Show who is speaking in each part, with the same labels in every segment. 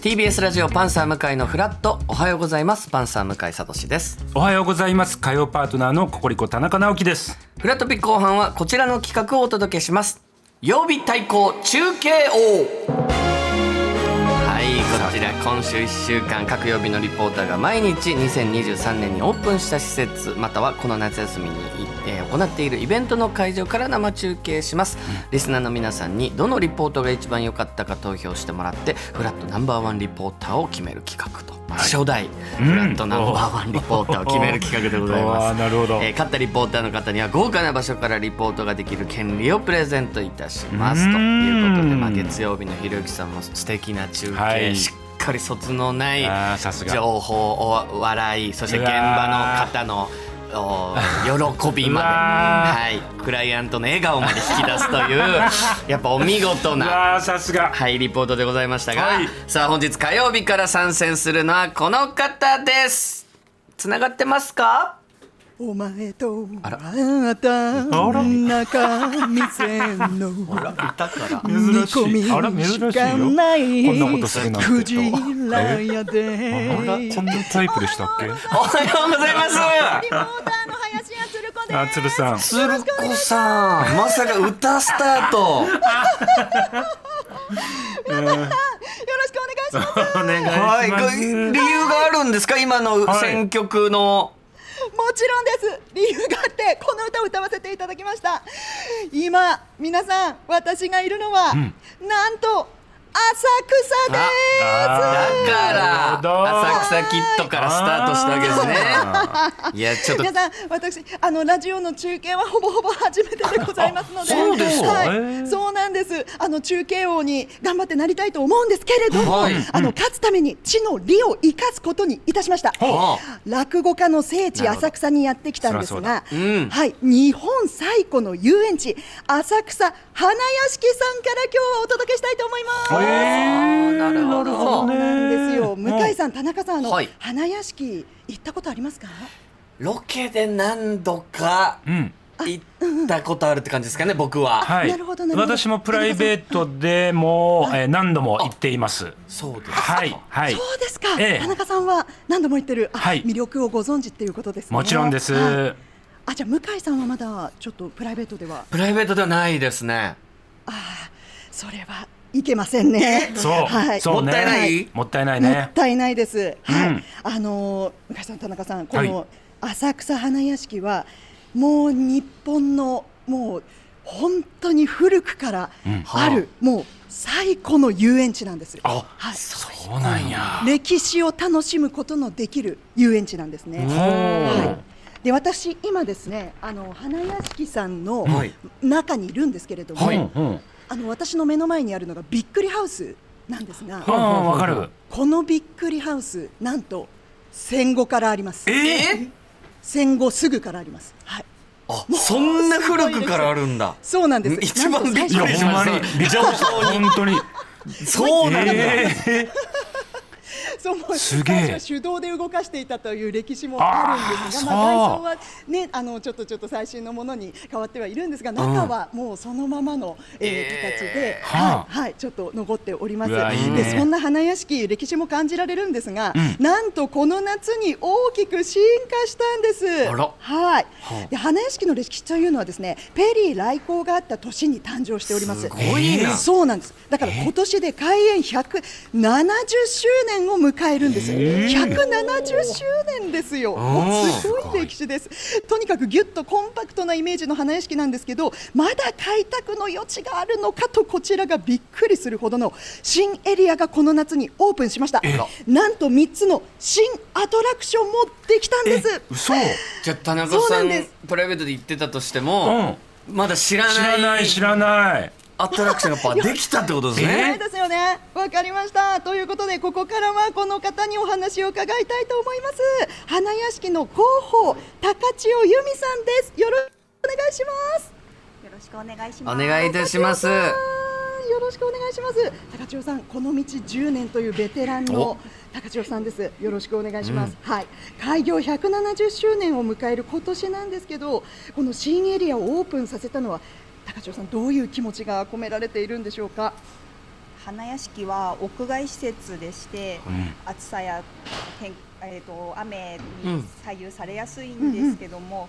Speaker 1: TBS ラジオパンサー向井のフラットおはようございますパンサー向井聡です
Speaker 2: おはようございます火曜パートナーのココリコ田中直樹です
Speaker 1: フラットピック後半はこちらの企画をお届けします曜日対抗中継王はいこちら今週1週間各曜日のリポーターが毎日2023年にオープンした施設またはこの夏休みに、えー行っているイベントの会場から生中継します、リスナーの皆さんにどのリポートが一番良かったか投票してもらってフラットナンバーワンリポーターを決める企画と、まあ初代フラットナンバーワンリポーターを決める企画でございます、
Speaker 2: あーなるほど、
Speaker 1: えー勝ったリポーターの方には豪華な場所からリポートができる権利をプレゼントいたします
Speaker 2: うーん
Speaker 1: ということで、まあ、月曜日のひろゆきさんも素敵な中継、
Speaker 2: はい
Speaker 1: しっかり卒のない
Speaker 2: あーさすが
Speaker 1: 情報お笑いそして現場の方のお喜びま
Speaker 2: う
Speaker 1: で、
Speaker 2: わー
Speaker 1: はい、クライアントの笑顔まで引き出すと いうやっぱお見事
Speaker 2: う
Speaker 1: な
Speaker 2: わーさすが
Speaker 1: はい、リポートでございましたが、
Speaker 2: はい
Speaker 1: さあ本日火曜日から参戦するのはこの方です。つながってますか？
Speaker 3: お前と
Speaker 1: あ
Speaker 3: あ
Speaker 1: ら
Speaker 3: なた
Speaker 2: あら
Speaker 3: 中見せんの
Speaker 1: ほら、いたから。
Speaker 2: 珍し
Speaker 3: 見
Speaker 2: いあ
Speaker 3: 込
Speaker 2: ら
Speaker 3: み
Speaker 2: 珍しいよ
Speaker 3: し
Speaker 2: こ
Speaker 3: か
Speaker 2: ん
Speaker 3: ない
Speaker 2: なことするなんて
Speaker 3: クジラやで
Speaker 2: あらこんなタイプでしたっけ
Speaker 1: おはようございます。
Speaker 4: リポーターの林家つる子
Speaker 2: あつるさん
Speaker 1: 鶴子さん、まさか歌スタート。
Speaker 4: す。よろしくお願いしま
Speaker 2: お願いし
Speaker 1: はい、こ理由があるんですか？今の
Speaker 2: はい
Speaker 1: 選曲の。
Speaker 4: す。もちろんです。理由があって、この歌を歌わせていただきました。今、皆さん、私がいるのは、なんと、浅草で
Speaker 1: だ
Speaker 2: あ
Speaker 1: から
Speaker 2: なるほど
Speaker 1: 浅草キットからスタートしたわけですね。いやち
Speaker 4: す。
Speaker 1: ょっと
Speaker 4: 皆さん、私、あのラジオの中継はほぼほぼ初めてでございますので。
Speaker 1: あそうですか
Speaker 4: は
Speaker 2: へ
Speaker 4: い、
Speaker 2: ー
Speaker 4: そうなんです。あの中継王に頑張ってなりたいと思うんですけれども、
Speaker 1: はい
Speaker 4: あの勝つために地の利を生かすことにいたしました。
Speaker 1: は
Speaker 4: 落語家の聖地
Speaker 1: なるほど
Speaker 4: 浅草にやってきたんです
Speaker 2: そりゃ
Speaker 4: が、
Speaker 1: うだうん
Speaker 4: はい、日本最古の遊園地浅草花屋敷さんから今日はお届けしたいと思います。
Speaker 2: えー、
Speaker 1: なるほど
Speaker 4: そうなんですよ。向井
Speaker 2: ん
Speaker 4: さん、田中さん、あの、
Speaker 1: はい
Speaker 4: 花屋敷行ったことありますか？
Speaker 1: ロケで何度か
Speaker 2: うん
Speaker 1: 行ったことあるって感じですかね。僕は。
Speaker 2: はい
Speaker 4: なるほどなるほど
Speaker 2: 私もプライベートでも、えー、何度も行っています
Speaker 1: そうですか。
Speaker 2: はいはい
Speaker 4: そうですか。
Speaker 2: ええ
Speaker 4: 田中さんは何度も言ってる、あ
Speaker 2: はい
Speaker 4: 魅力をご存知っていうことですね。
Speaker 2: もちろんです、
Speaker 4: はいあ、じゃあ向井さんはまだちょっとプライベートでは、
Speaker 1: プライベートではないですね。
Speaker 4: それはいけませんね。
Speaker 2: そう、
Speaker 4: はい。
Speaker 2: そうね
Speaker 1: もったいない
Speaker 2: もったいない
Speaker 4: も
Speaker 2: ね
Speaker 4: ったいないです。はい。
Speaker 2: うん
Speaker 4: あのー向井さん田中さんこ
Speaker 2: は
Speaker 4: の浅草花屋敷はもう日本のもう本当に古くから
Speaker 2: ん
Speaker 4: ある、
Speaker 1: は
Speaker 4: もう最古の遊園地なんです。
Speaker 2: あ
Speaker 4: はい。
Speaker 2: そうなんや
Speaker 4: 歴史を楽しむことのできる遊園地なんですね。
Speaker 2: は
Speaker 4: はい、で私、今ですねあの花屋敷さんの
Speaker 1: はい
Speaker 4: 中にいるんですけれども、
Speaker 2: はい、うん、
Speaker 4: あの私の目の前にあるのがびっくりハウスなんですが、
Speaker 2: ああわかる
Speaker 4: このびっくりハウス、なんと戦後からあります、
Speaker 1: え
Speaker 4: 戦後すぐからあります。はい
Speaker 1: あ
Speaker 4: もう
Speaker 1: そんな古くからあるんだ。
Speaker 4: そうなんです
Speaker 1: 一番
Speaker 4: なんと
Speaker 1: びっ
Speaker 4: 最初
Speaker 1: く
Speaker 2: いや
Speaker 1: りしま
Speaker 2: ほんま
Speaker 1: し
Speaker 2: に
Speaker 1: た。情報に。
Speaker 2: 本当に
Speaker 1: そうなんだ。
Speaker 2: ええ
Speaker 4: そうもう
Speaker 2: すげえ
Speaker 4: 最初は手動で動かしていたという歴史もあるんですが、まあ、
Speaker 2: あー
Speaker 4: 外装は、ね、あのちょっとちょっと最新のものに変わってはいるんですが中はもうそのままの、えー
Speaker 1: えー
Speaker 4: 形で、
Speaker 2: はあ
Speaker 4: はいはい、ちょっと残っております
Speaker 2: うわいいね
Speaker 4: でそんな花屋敷歴史も感じられるんですが、
Speaker 2: うん
Speaker 4: なんとこの夏に大きく進化したんです。
Speaker 1: あら
Speaker 4: はい
Speaker 1: はあ
Speaker 4: で花屋敷の歴史というのはですねペリー来航があった年に誕生しております。
Speaker 1: すごいな
Speaker 4: そうなんです。だから今年で開園170周年を迎えるんです。
Speaker 2: えー
Speaker 4: 170周年ですよ。もうすごい歴史です。とにかくぎゅっとコンパクトなイメージの花屋敷なんですけど、まだ開拓の余地があるのかとこちらがびっくりするほどの新エリアがこの夏にオープンしました。なんと3つの新アトラクションもできたんです。
Speaker 2: 嘘
Speaker 1: じゃあ田中
Speaker 4: そう
Speaker 1: さ
Speaker 4: なんんです
Speaker 1: プライベートで行ってたとしても、まだ知ら
Speaker 2: 知ら
Speaker 1: な
Speaker 2: ないい知らない
Speaker 1: アトラクションがやっぱできたってことです
Speaker 4: な
Speaker 1: ね
Speaker 4: い。ですよね。わかりました。ということで、ここからはこの方にお話を伺いたいと思います。花屋敷の広報、高千代由美さんです。よろしくお願いします。
Speaker 5: よろしくお願いし
Speaker 1: お
Speaker 5: ます。
Speaker 1: 願いいたします。
Speaker 4: よろしくお願いします。高千代さん、この道10年というベテランの高千代さんです。よろしくお願いします。はい。開業170周年を迎える今年なんですけど、この新エリアをオープンさせたのは、高千代さん、どういう気持ちが込められているんでしょうか。
Speaker 5: 花屋敷は屋外施設でして、
Speaker 2: うん
Speaker 5: 暑さや天、えー、と雨
Speaker 1: うん
Speaker 5: に左右されやすいんですけども、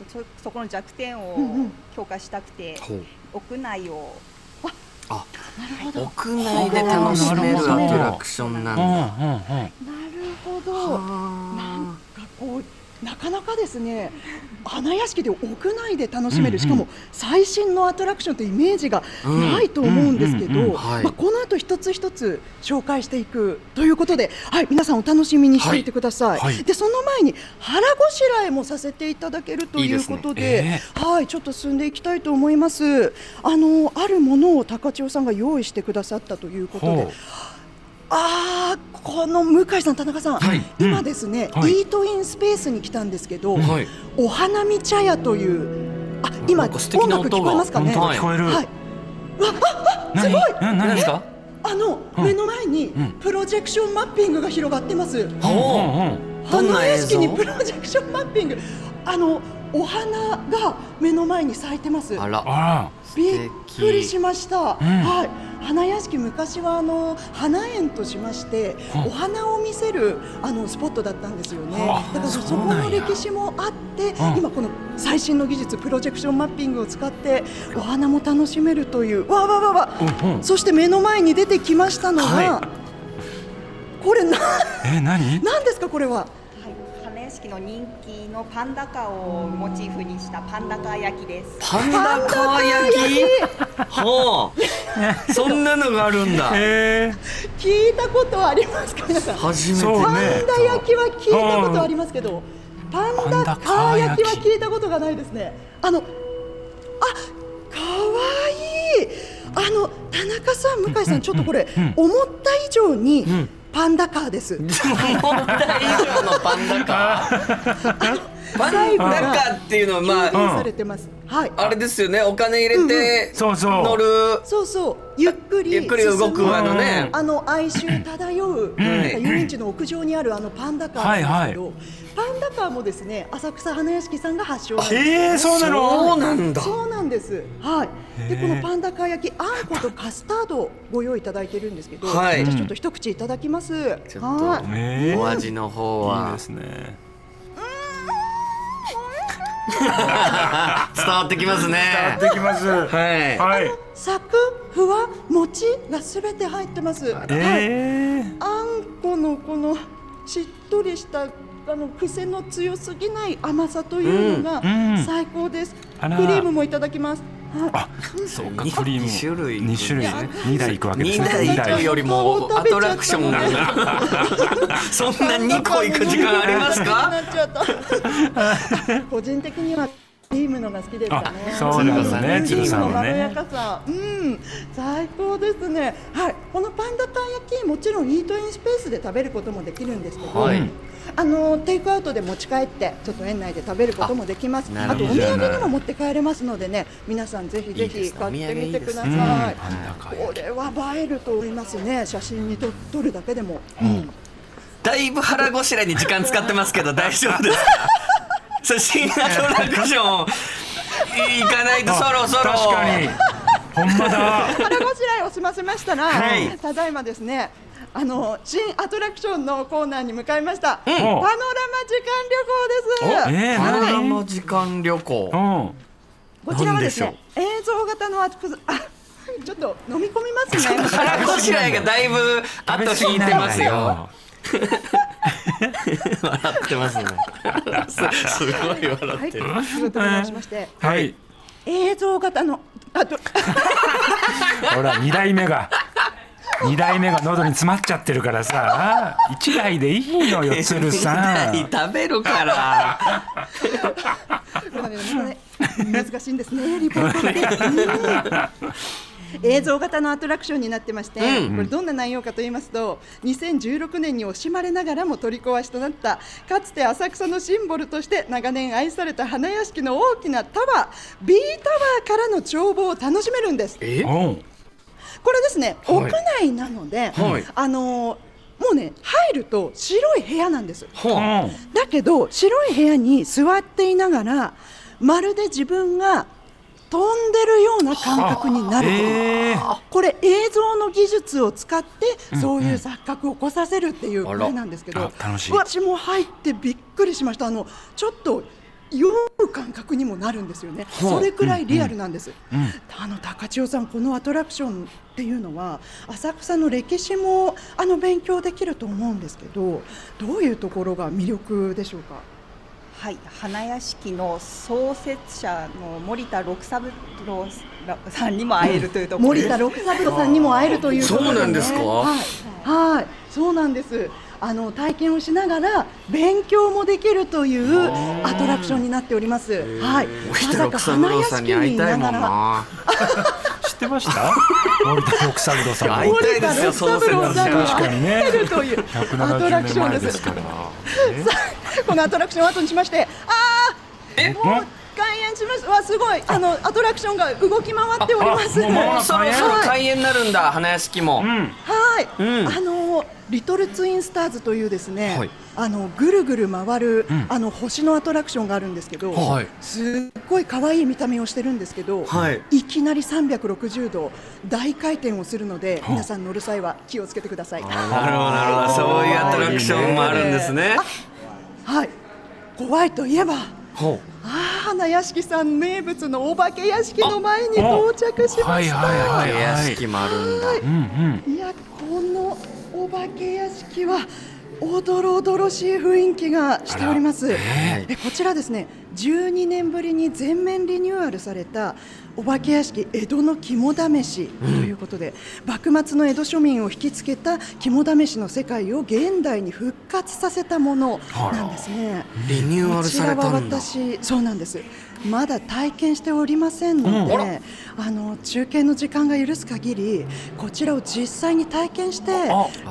Speaker 5: えっとそそこの弱点
Speaker 4: うんう
Speaker 5: を
Speaker 4: ん
Speaker 5: 強化したくて、
Speaker 1: ほう
Speaker 5: 屋内を
Speaker 1: あ屋内で楽しめるアトラクションなん
Speaker 2: うん
Speaker 1: だ。
Speaker 2: うんうん
Speaker 4: なるほどなん
Speaker 1: あ
Speaker 4: かこうなかなかですね花屋敷で屋内で楽しめる、しかも最新のアトラクションというイメージが
Speaker 1: うん
Speaker 4: ないと思うんですけ
Speaker 2: うんうんうん
Speaker 4: ど
Speaker 1: はい
Speaker 4: まあこの後一つ一つ紹介していくということで、はい、皆さんお楽しみにしていてください、
Speaker 2: はいはい
Speaker 4: でその前に腹ごしらえもさせていただけると
Speaker 1: いい
Speaker 4: い
Speaker 1: で
Speaker 4: う
Speaker 1: すね
Speaker 4: ことで
Speaker 2: え
Speaker 4: はい、ちょっと進んでいきたいと思いますあのあるものを高千代さんが用意してくださったということで
Speaker 2: ほ
Speaker 4: ああこの向井さん田中さん、
Speaker 1: はい
Speaker 4: 今ですね、
Speaker 2: うんはい
Speaker 4: イートインスペースに来たんですけど、
Speaker 1: ーはい。
Speaker 4: お花見茶屋というあ今
Speaker 1: なんか素敵
Speaker 4: 音
Speaker 1: な
Speaker 4: 楽
Speaker 1: 音
Speaker 4: 聞
Speaker 1: が
Speaker 4: こえますかね
Speaker 2: う
Speaker 1: 本
Speaker 4: は
Speaker 1: はい
Speaker 2: 聞こえる
Speaker 4: い、
Speaker 2: 何何
Speaker 1: 何
Speaker 2: 何
Speaker 1: ですか？
Speaker 4: あの、
Speaker 2: うん
Speaker 4: 目の前に
Speaker 2: ん
Speaker 4: プロジェクションマッピングが広がってます、
Speaker 2: うん
Speaker 1: ほ
Speaker 2: うんうん
Speaker 1: どんな
Speaker 4: 花屋敷に
Speaker 1: 映像
Speaker 4: プロジェクションマッピングあのお花が目の前に咲いてます
Speaker 1: う。あら。
Speaker 2: あ
Speaker 4: びっくりしました、
Speaker 2: うん
Speaker 4: はい、花屋敷昔はあの花園としまして
Speaker 2: うん
Speaker 4: お花を見せるあのスポットだったんですよね
Speaker 2: はあ
Speaker 4: だからそ
Speaker 2: そう
Speaker 4: こ
Speaker 2: なんや
Speaker 4: の歴史もあって
Speaker 2: うん
Speaker 4: 今この最新の技術プロジェクションマッピングを使ってお花も楽しめるというわあわあわあわあ
Speaker 2: らうんうん
Speaker 4: そして目の前に出てきましたのが、
Speaker 1: は
Speaker 4: これな
Speaker 2: え何
Speaker 4: 何ですかこれは
Speaker 5: はい、花屋敷の人気のパンダカをモチーフにしたパンダカ焼きです。
Speaker 1: パンダか焼き。ほう。そんなのがあるんだ。
Speaker 2: え
Speaker 4: 聞いたことありますか皆さん
Speaker 1: 初めて。
Speaker 2: そう
Speaker 4: パ
Speaker 2: ね
Speaker 4: ンダ焼きは聞いたことありますけど、パンダカー焼きは聞いたことがないですね。あの、あ、可愛いあの田中さん、向井さん、ちょっとこれ、思った以上にパンダカーです。
Speaker 1: 思った以上のパンダか。パンダかっていうのはまあ
Speaker 4: 表現されてます。はい。
Speaker 1: あれですよね。お金入れて
Speaker 2: そうそう
Speaker 1: 乗る
Speaker 4: そうそう、ゆっくり
Speaker 1: ゆっくり動くあのね。
Speaker 4: あの哀愁漂う、なんか遊園地の屋上にあるあのパンダカーなんですけど、パンダカーもですね、浅草花屋敷さんが発祥なんですよね、
Speaker 2: えーそうな
Speaker 1: そ
Speaker 2: の
Speaker 1: うなんだ。
Speaker 4: そうなんです。はい。で
Speaker 2: へー
Speaker 4: このパンダか焼きあんことカスタードをご用意いただいてるんですけど、
Speaker 1: はい
Speaker 4: 私ちょっと一口いただきます。は
Speaker 1: ちょっ
Speaker 4: い。
Speaker 1: と
Speaker 2: え
Speaker 1: お味の方
Speaker 2: いい
Speaker 1: は
Speaker 2: ですね
Speaker 1: 伝わってきますね。
Speaker 2: やってきますは
Speaker 1: はい。
Speaker 2: い
Speaker 4: サクふわ餅がすべて入ってます。はい。
Speaker 2: えー
Speaker 4: あんこのこのしっとりしたあの癖の強すぎない甘さというのが
Speaker 2: うんうん
Speaker 4: 最高です。
Speaker 2: あら
Speaker 4: クリームもいただきます。はい。
Speaker 2: あそうか
Speaker 1: 二
Speaker 2: クリーム
Speaker 1: 二種類
Speaker 2: 二種類
Speaker 1: い
Speaker 2: ね二台行くわけで
Speaker 1: 二
Speaker 2: すね
Speaker 1: 台よりもアトラクションが
Speaker 4: 食べち
Speaker 1: そんな2個行く時間ありますか
Speaker 4: なっちゃった個人的にはクリームのが好きですかね
Speaker 2: あそう
Speaker 1: なんですね
Speaker 4: クリームの
Speaker 1: 鶴
Speaker 4: ま
Speaker 2: さん
Speaker 4: ろ
Speaker 2: ね
Speaker 4: やかさ、うん、最高ですねはい、このパンダかん焼きもちろんイートインスペースで食べることもできるんですけど、
Speaker 1: はい
Speaker 4: あのテイクアウトで持ち帰ってちょっと園内で食べることもできます
Speaker 1: な
Speaker 4: あ
Speaker 1: るほ
Speaker 4: と
Speaker 1: ど
Speaker 4: お土産にも持って帰れますのでね皆さんぜひぜ
Speaker 1: いいで
Speaker 4: ひ
Speaker 1: すねお
Speaker 4: 買
Speaker 1: 土
Speaker 4: って
Speaker 1: 産い
Speaker 4: み
Speaker 1: い
Speaker 4: て
Speaker 1: です
Speaker 4: く
Speaker 1: ね
Speaker 4: だ
Speaker 2: うん
Speaker 4: さい
Speaker 2: パンダか
Speaker 4: これは映えると思いますね写真にと撮るだけでも、うん
Speaker 1: だいぶ腹ごしらえに時間使ってます けど大丈夫ですかそう新アトラクション行かないとそろそろ
Speaker 2: 確かにほんまだ
Speaker 4: 腹ごしらえを済ませましたら、
Speaker 1: はい
Speaker 4: ただいまですねあの新アトラクションのコーナーに向かいました、パノラマ時間旅行です、
Speaker 2: えー
Speaker 1: パノラ
Speaker 2: 何
Speaker 1: マ時間旅行
Speaker 2: うん
Speaker 4: こちらはです
Speaker 1: なん
Speaker 4: ね
Speaker 1: で
Speaker 4: 映像型のアトクあ ちょっと飲み込みますね
Speaker 1: 腹ごしらえがだいぶ後引いてますよ笑ってますねすすごい笑
Speaker 4: はい、
Speaker 1: って
Speaker 4: と
Speaker 1: る
Speaker 4: いうことで申しまして、
Speaker 2: はい
Speaker 4: 映像型のあと
Speaker 2: ほら二代目が二代目が喉に詰まっちゃってるからさ一台でいいの よ鶴さん
Speaker 1: 食べるから
Speaker 4: なかなか難しいんですね、リポートってうん。映像型のアトラクションになってまして、
Speaker 1: うん
Speaker 4: これどんな内容かと言いますと2016年に惜しまれながらも取り壊しとなったかつて浅草のシンボルとして長年愛された花屋敷の大きなタワー B タワーからの眺望を楽しめるんです
Speaker 1: え
Speaker 2: うん
Speaker 4: これですね、
Speaker 1: はい
Speaker 4: 屋内なので、
Speaker 1: はい
Speaker 4: あのーもうね入ると白い部屋なんです
Speaker 2: う
Speaker 1: ほ
Speaker 2: ん
Speaker 4: だけど白い部屋に座っていながらまるで自分が飛んでるような感覚になるという
Speaker 2: ええ
Speaker 4: これ映像の技術を使ってそういう錯覚を起こさせるっていう
Speaker 1: あ
Speaker 4: こ
Speaker 1: ら
Speaker 4: れなんですけど、
Speaker 2: あ楽しい
Speaker 4: 私も入ってびっくりしましたあのちょっと酔う感覚にもなるんですよね
Speaker 1: ほう
Speaker 4: それくらいリアルなんです、
Speaker 2: んうん
Speaker 4: あの高千代さんこのアトラクションっていうのは浅草の歴史もあの勉強できると思うんですけどどういうところが魅力でしょうか
Speaker 5: はい、花屋敷の創設者の森田六三郎さんにも会えるというところ
Speaker 4: 森
Speaker 5: です。
Speaker 4: 田六三郎さんにも会えるということ
Speaker 1: そうなんですか
Speaker 4: はい、はい、そうなんです。あの体験をしながら勉強もできるというアトラクションになっております。はい、
Speaker 1: 森田六三郎さんに会いたいもんな。
Speaker 2: 知ってました？森田六三郎さんも。
Speaker 1: 会いたいですよ、その
Speaker 4: 森
Speaker 1: 世
Speaker 4: 田六
Speaker 1: 代
Speaker 4: 三郎さん
Speaker 2: 確
Speaker 4: が
Speaker 2: かにね
Speaker 4: 会え。るというアトラクション
Speaker 2: 170年前
Speaker 4: で
Speaker 2: ですすから。
Speaker 4: このアトラクションを後にしまして、ああ、もう開園します。わ、すごい、あのアトラクションが動き回っております。
Speaker 2: ああもう間も
Speaker 1: もう
Speaker 2: なく
Speaker 1: そろそろ開演になるんだ、花屋敷も。
Speaker 2: うん。
Speaker 4: はい、
Speaker 1: うん
Speaker 4: あのリトルツインスターズというですね、
Speaker 1: はい
Speaker 4: あのぐるぐる回る、あの星のアトラクションがあるんですけど、
Speaker 1: はい
Speaker 4: すっごい可愛い見た目をしてるんですけど、
Speaker 1: はい
Speaker 4: い、きなり360度大回転をするので、皆さん乗る際は気をつけてください。
Speaker 1: なるほど、なるほど、そういうアトラクションもあるんですね。
Speaker 4: はい、怖いといえば。
Speaker 1: ほ
Speaker 4: あー花屋敷さん名物のお化け屋敷の前に
Speaker 2: あ
Speaker 4: 到着しま
Speaker 2: はい
Speaker 4: した。
Speaker 2: は
Speaker 1: う。
Speaker 2: いはい
Speaker 1: 屋
Speaker 2: はい。
Speaker 1: 敷もあるんだ。
Speaker 2: うんうん。
Speaker 4: いやこのお化け屋敷はおどろおどろしい雰囲気がしております、
Speaker 1: え
Speaker 4: えこちらですね12年ぶりに全面リニューアルされたお化け屋敷江戸の肝試しということで、幕末の江戸庶民を引きつけた肝試しの世界を現代に復活させたものなんですね。
Speaker 1: リニューアルされたんだ
Speaker 4: こ。ちらは私そうなんですまだ体験しておりませんので、あの中継の時間が許す限りこちらを実際に体験して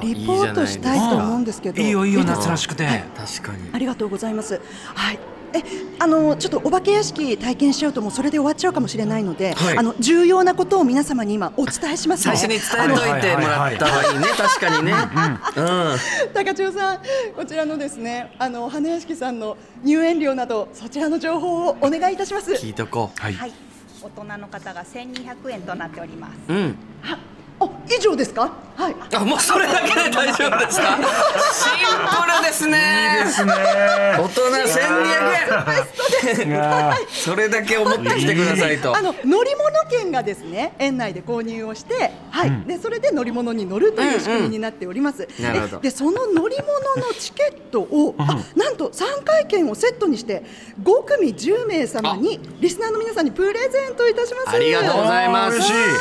Speaker 4: リポートしたいと思うんですけど
Speaker 2: いいよいいよ
Speaker 4: ですか
Speaker 2: 夏らしくて。
Speaker 1: 確かに。
Speaker 4: ありがとうございます。はい。え、あのちょっとお化け屋敷体験しようともうそれで終わっちゃうかもしれないので、
Speaker 1: はい
Speaker 4: あの重要なことを皆様に今お伝えしますの
Speaker 1: 最
Speaker 4: で。
Speaker 1: 初に伝えといてもらった方がいいね、確かにね。う
Speaker 4: 高千代さん、こちらのですね、あの花屋敷さんの入園料などそちらの情報をお願いいたします。
Speaker 1: ん、聞いとこ
Speaker 2: はい。
Speaker 5: はい、大人の方が1200円となっております。
Speaker 1: う。うん。
Speaker 4: あ、以上ですか。はい。
Speaker 1: あ、もうそれだけで大丈夫ですか。シンプルですね。
Speaker 2: ですね。
Speaker 1: 大人1200円。
Speaker 2: いやー
Speaker 1: それだけを持ってきてくださいと
Speaker 4: あ。の乗り物券がですね園内で購入をして、はいでそれで乗り物に乗るという仕組みになっております、
Speaker 1: なるほど
Speaker 4: ででその乗り物のチケットを、あなんと3回券をセットにして5組10名様にリスナーの皆さんにプレゼントいたします
Speaker 1: ありがとうございま
Speaker 2: 嬉し
Speaker 1: す
Speaker 2: い。
Speaker 4: はい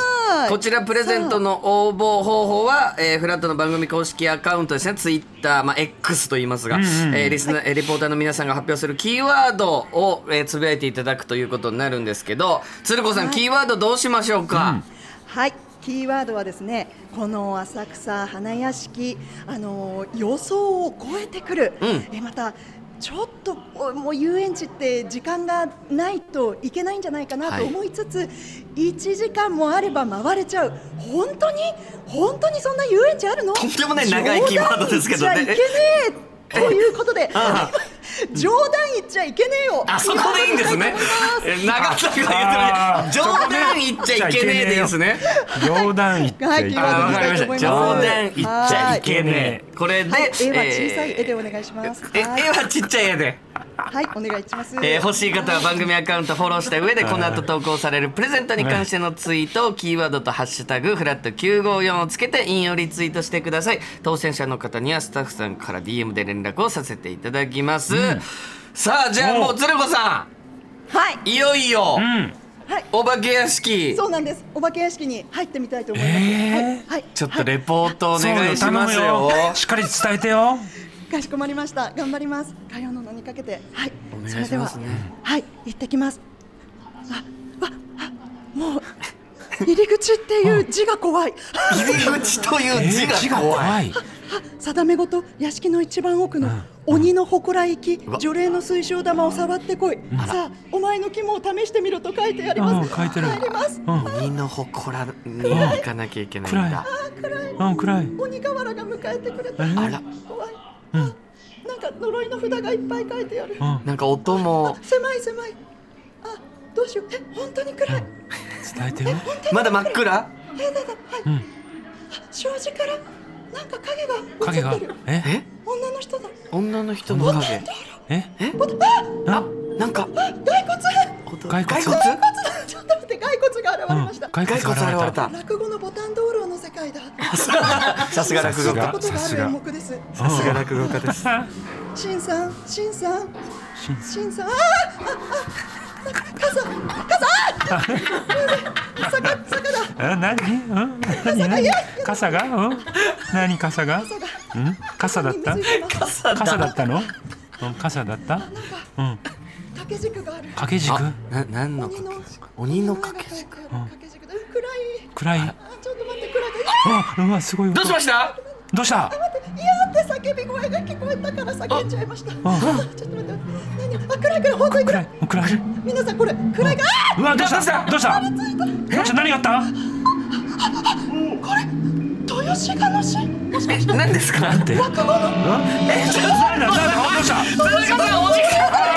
Speaker 1: こちらプレゼントの応募方法は、えーフラットの番組公式アカウントですねツイッター、まあ、X と言いますが、
Speaker 2: んうんうん
Speaker 1: えーリスナーえーリポーターの皆さんが発表するキーワードを、えーつぶやいていただくということになるんですけど鶴子さん、キーワードどうしましょうか、
Speaker 4: はい、キーワードはですね、この浅草花屋敷、あのー予想を超えてくる、
Speaker 1: ん
Speaker 4: えまた。ちょっとおもう遊園地って時間がないといけないんじゃないかな
Speaker 1: はい
Speaker 4: と思いつつ、1時間もあれば回れちゃう本当に本当にそんな遊園地あるの
Speaker 1: とんでもない長いキーワードですけどね
Speaker 4: 冗談言っちゃいけねえということで冗談言っちゃいけねえよ
Speaker 1: あそこでいいんですねえー長田が
Speaker 2: あ
Speaker 1: 言ってる冗談言っちゃいけねえでいいですね
Speaker 2: 冗談言っちゃ
Speaker 4: はいい
Speaker 2: け
Speaker 4: キー
Speaker 1: あ
Speaker 4: ワード
Speaker 1: わ
Speaker 4: に
Speaker 1: かりました
Speaker 4: はい
Speaker 1: 冗談言っちゃいけねえこれで、
Speaker 4: はい、絵は
Speaker 1: えー
Speaker 4: 小さい絵でお願いします。
Speaker 1: え絵
Speaker 4: はい
Speaker 1: はちっちゃい絵で
Speaker 4: はい、お願いします。
Speaker 1: えー欲しい方は番組アカウントフォローした上でこの後投稿されるプレゼントに関してのツイートをキーワードと「ハッシュタグフラット954」をつけて引用リツイートしてください当選者の方にはスタッフさんから DM で連絡をさせていただきます、さあじゃあもう鶴子さ
Speaker 4: はい、
Speaker 1: んいよいよ、
Speaker 2: ん
Speaker 4: はい
Speaker 1: お化け屋敷
Speaker 4: そうなんです。お化け屋敷に入ってみたいと思います。
Speaker 2: えー
Speaker 4: はい、はい、
Speaker 1: ちょっと
Speaker 4: は
Speaker 1: レポートお
Speaker 2: そう
Speaker 1: 願いしますよ,、
Speaker 2: 頼むしっかり伝えてよ。
Speaker 4: いかしこまりました。頑張ります。火曜の名にかけて、はい、
Speaker 1: お願い
Speaker 4: それ
Speaker 1: し
Speaker 4: で
Speaker 1: ま
Speaker 4: は
Speaker 1: すね、
Speaker 4: はい、行ってきます。あ、わ、あもう。入り口っていう字が怖い。
Speaker 1: 入り口とい
Speaker 2: え
Speaker 1: う字
Speaker 2: ー
Speaker 1: が怖い、
Speaker 2: い。
Speaker 4: 定めごと屋敷の一番奥の鬼の祠行き除霊の水晶玉を触ってこいさあお前の肝を試してみろと書いてあります
Speaker 2: うん書いてる
Speaker 4: あります
Speaker 1: 鬼の祠に行かなきゃいけないんだ
Speaker 2: うん暗い。
Speaker 4: 鬼瓦が迎えてくれた
Speaker 1: あら
Speaker 4: 怖いなんか呪いの札がいっぱい書いてある
Speaker 2: うん
Speaker 1: なんか音も
Speaker 4: 狭い狭いあどうしようえ本当に暗い
Speaker 2: 伝えてよ
Speaker 1: まだ真っ暗
Speaker 4: 障子からなんか影
Speaker 2: 影
Speaker 4: が
Speaker 2: が
Speaker 4: 映ってる
Speaker 2: え
Speaker 1: え
Speaker 4: 女の人だ
Speaker 1: 女の人の影
Speaker 2: え
Speaker 1: え
Speaker 2: あ
Speaker 1: なんか
Speaker 4: 骸骨
Speaker 1: 骸
Speaker 2: 骸
Speaker 4: 骸骨
Speaker 1: 骨
Speaker 2: 骨
Speaker 4: だちょっと待って骸骨が現れました、
Speaker 2: 骸
Speaker 1: 骸骨現れた
Speaker 4: 落語のボタン道路の世界だ
Speaker 1: さすが落語
Speaker 4: 見た
Speaker 1: 家
Speaker 4: ことがあ
Speaker 2: さす
Speaker 4: る
Speaker 2: が
Speaker 4: 演目です
Speaker 1: さすが落語家です
Speaker 4: しんさんしんさん
Speaker 2: しん
Speaker 4: しんさんあーああ傘傘坂坂だ
Speaker 2: え何うん何何傘がうん何傘がうん傘だった
Speaker 1: 傘
Speaker 2: 傘だったのうん傘だったうん
Speaker 4: 掛け軸がある
Speaker 2: 掛け軸
Speaker 1: あな何の
Speaker 4: 鬼の
Speaker 1: 掛け軸鬼の掛け
Speaker 4: 掛け
Speaker 1: 軸
Speaker 4: 軸掛け軸だうん暗い
Speaker 2: 暗い
Speaker 4: あちょっと待って暗い
Speaker 2: あうわすごい
Speaker 1: どうしました
Speaker 2: どうした
Speaker 4: 嫌って叫び声が聞こえたから叫んじゃいました。あ
Speaker 2: あ
Speaker 4: ちょっと待って、何、あ、暗い暗い、本当に
Speaker 2: 暗
Speaker 4: 暗
Speaker 2: い
Speaker 4: い。
Speaker 2: 暗いう
Speaker 4: 皆さん、これ、暗いが、あ
Speaker 2: わどうしたどうしたどうした何があった
Speaker 4: ー豊志賀の市。もしかして、
Speaker 1: 何ですか
Speaker 2: なんてえ何だ何だどうした
Speaker 1: 田中さんお時間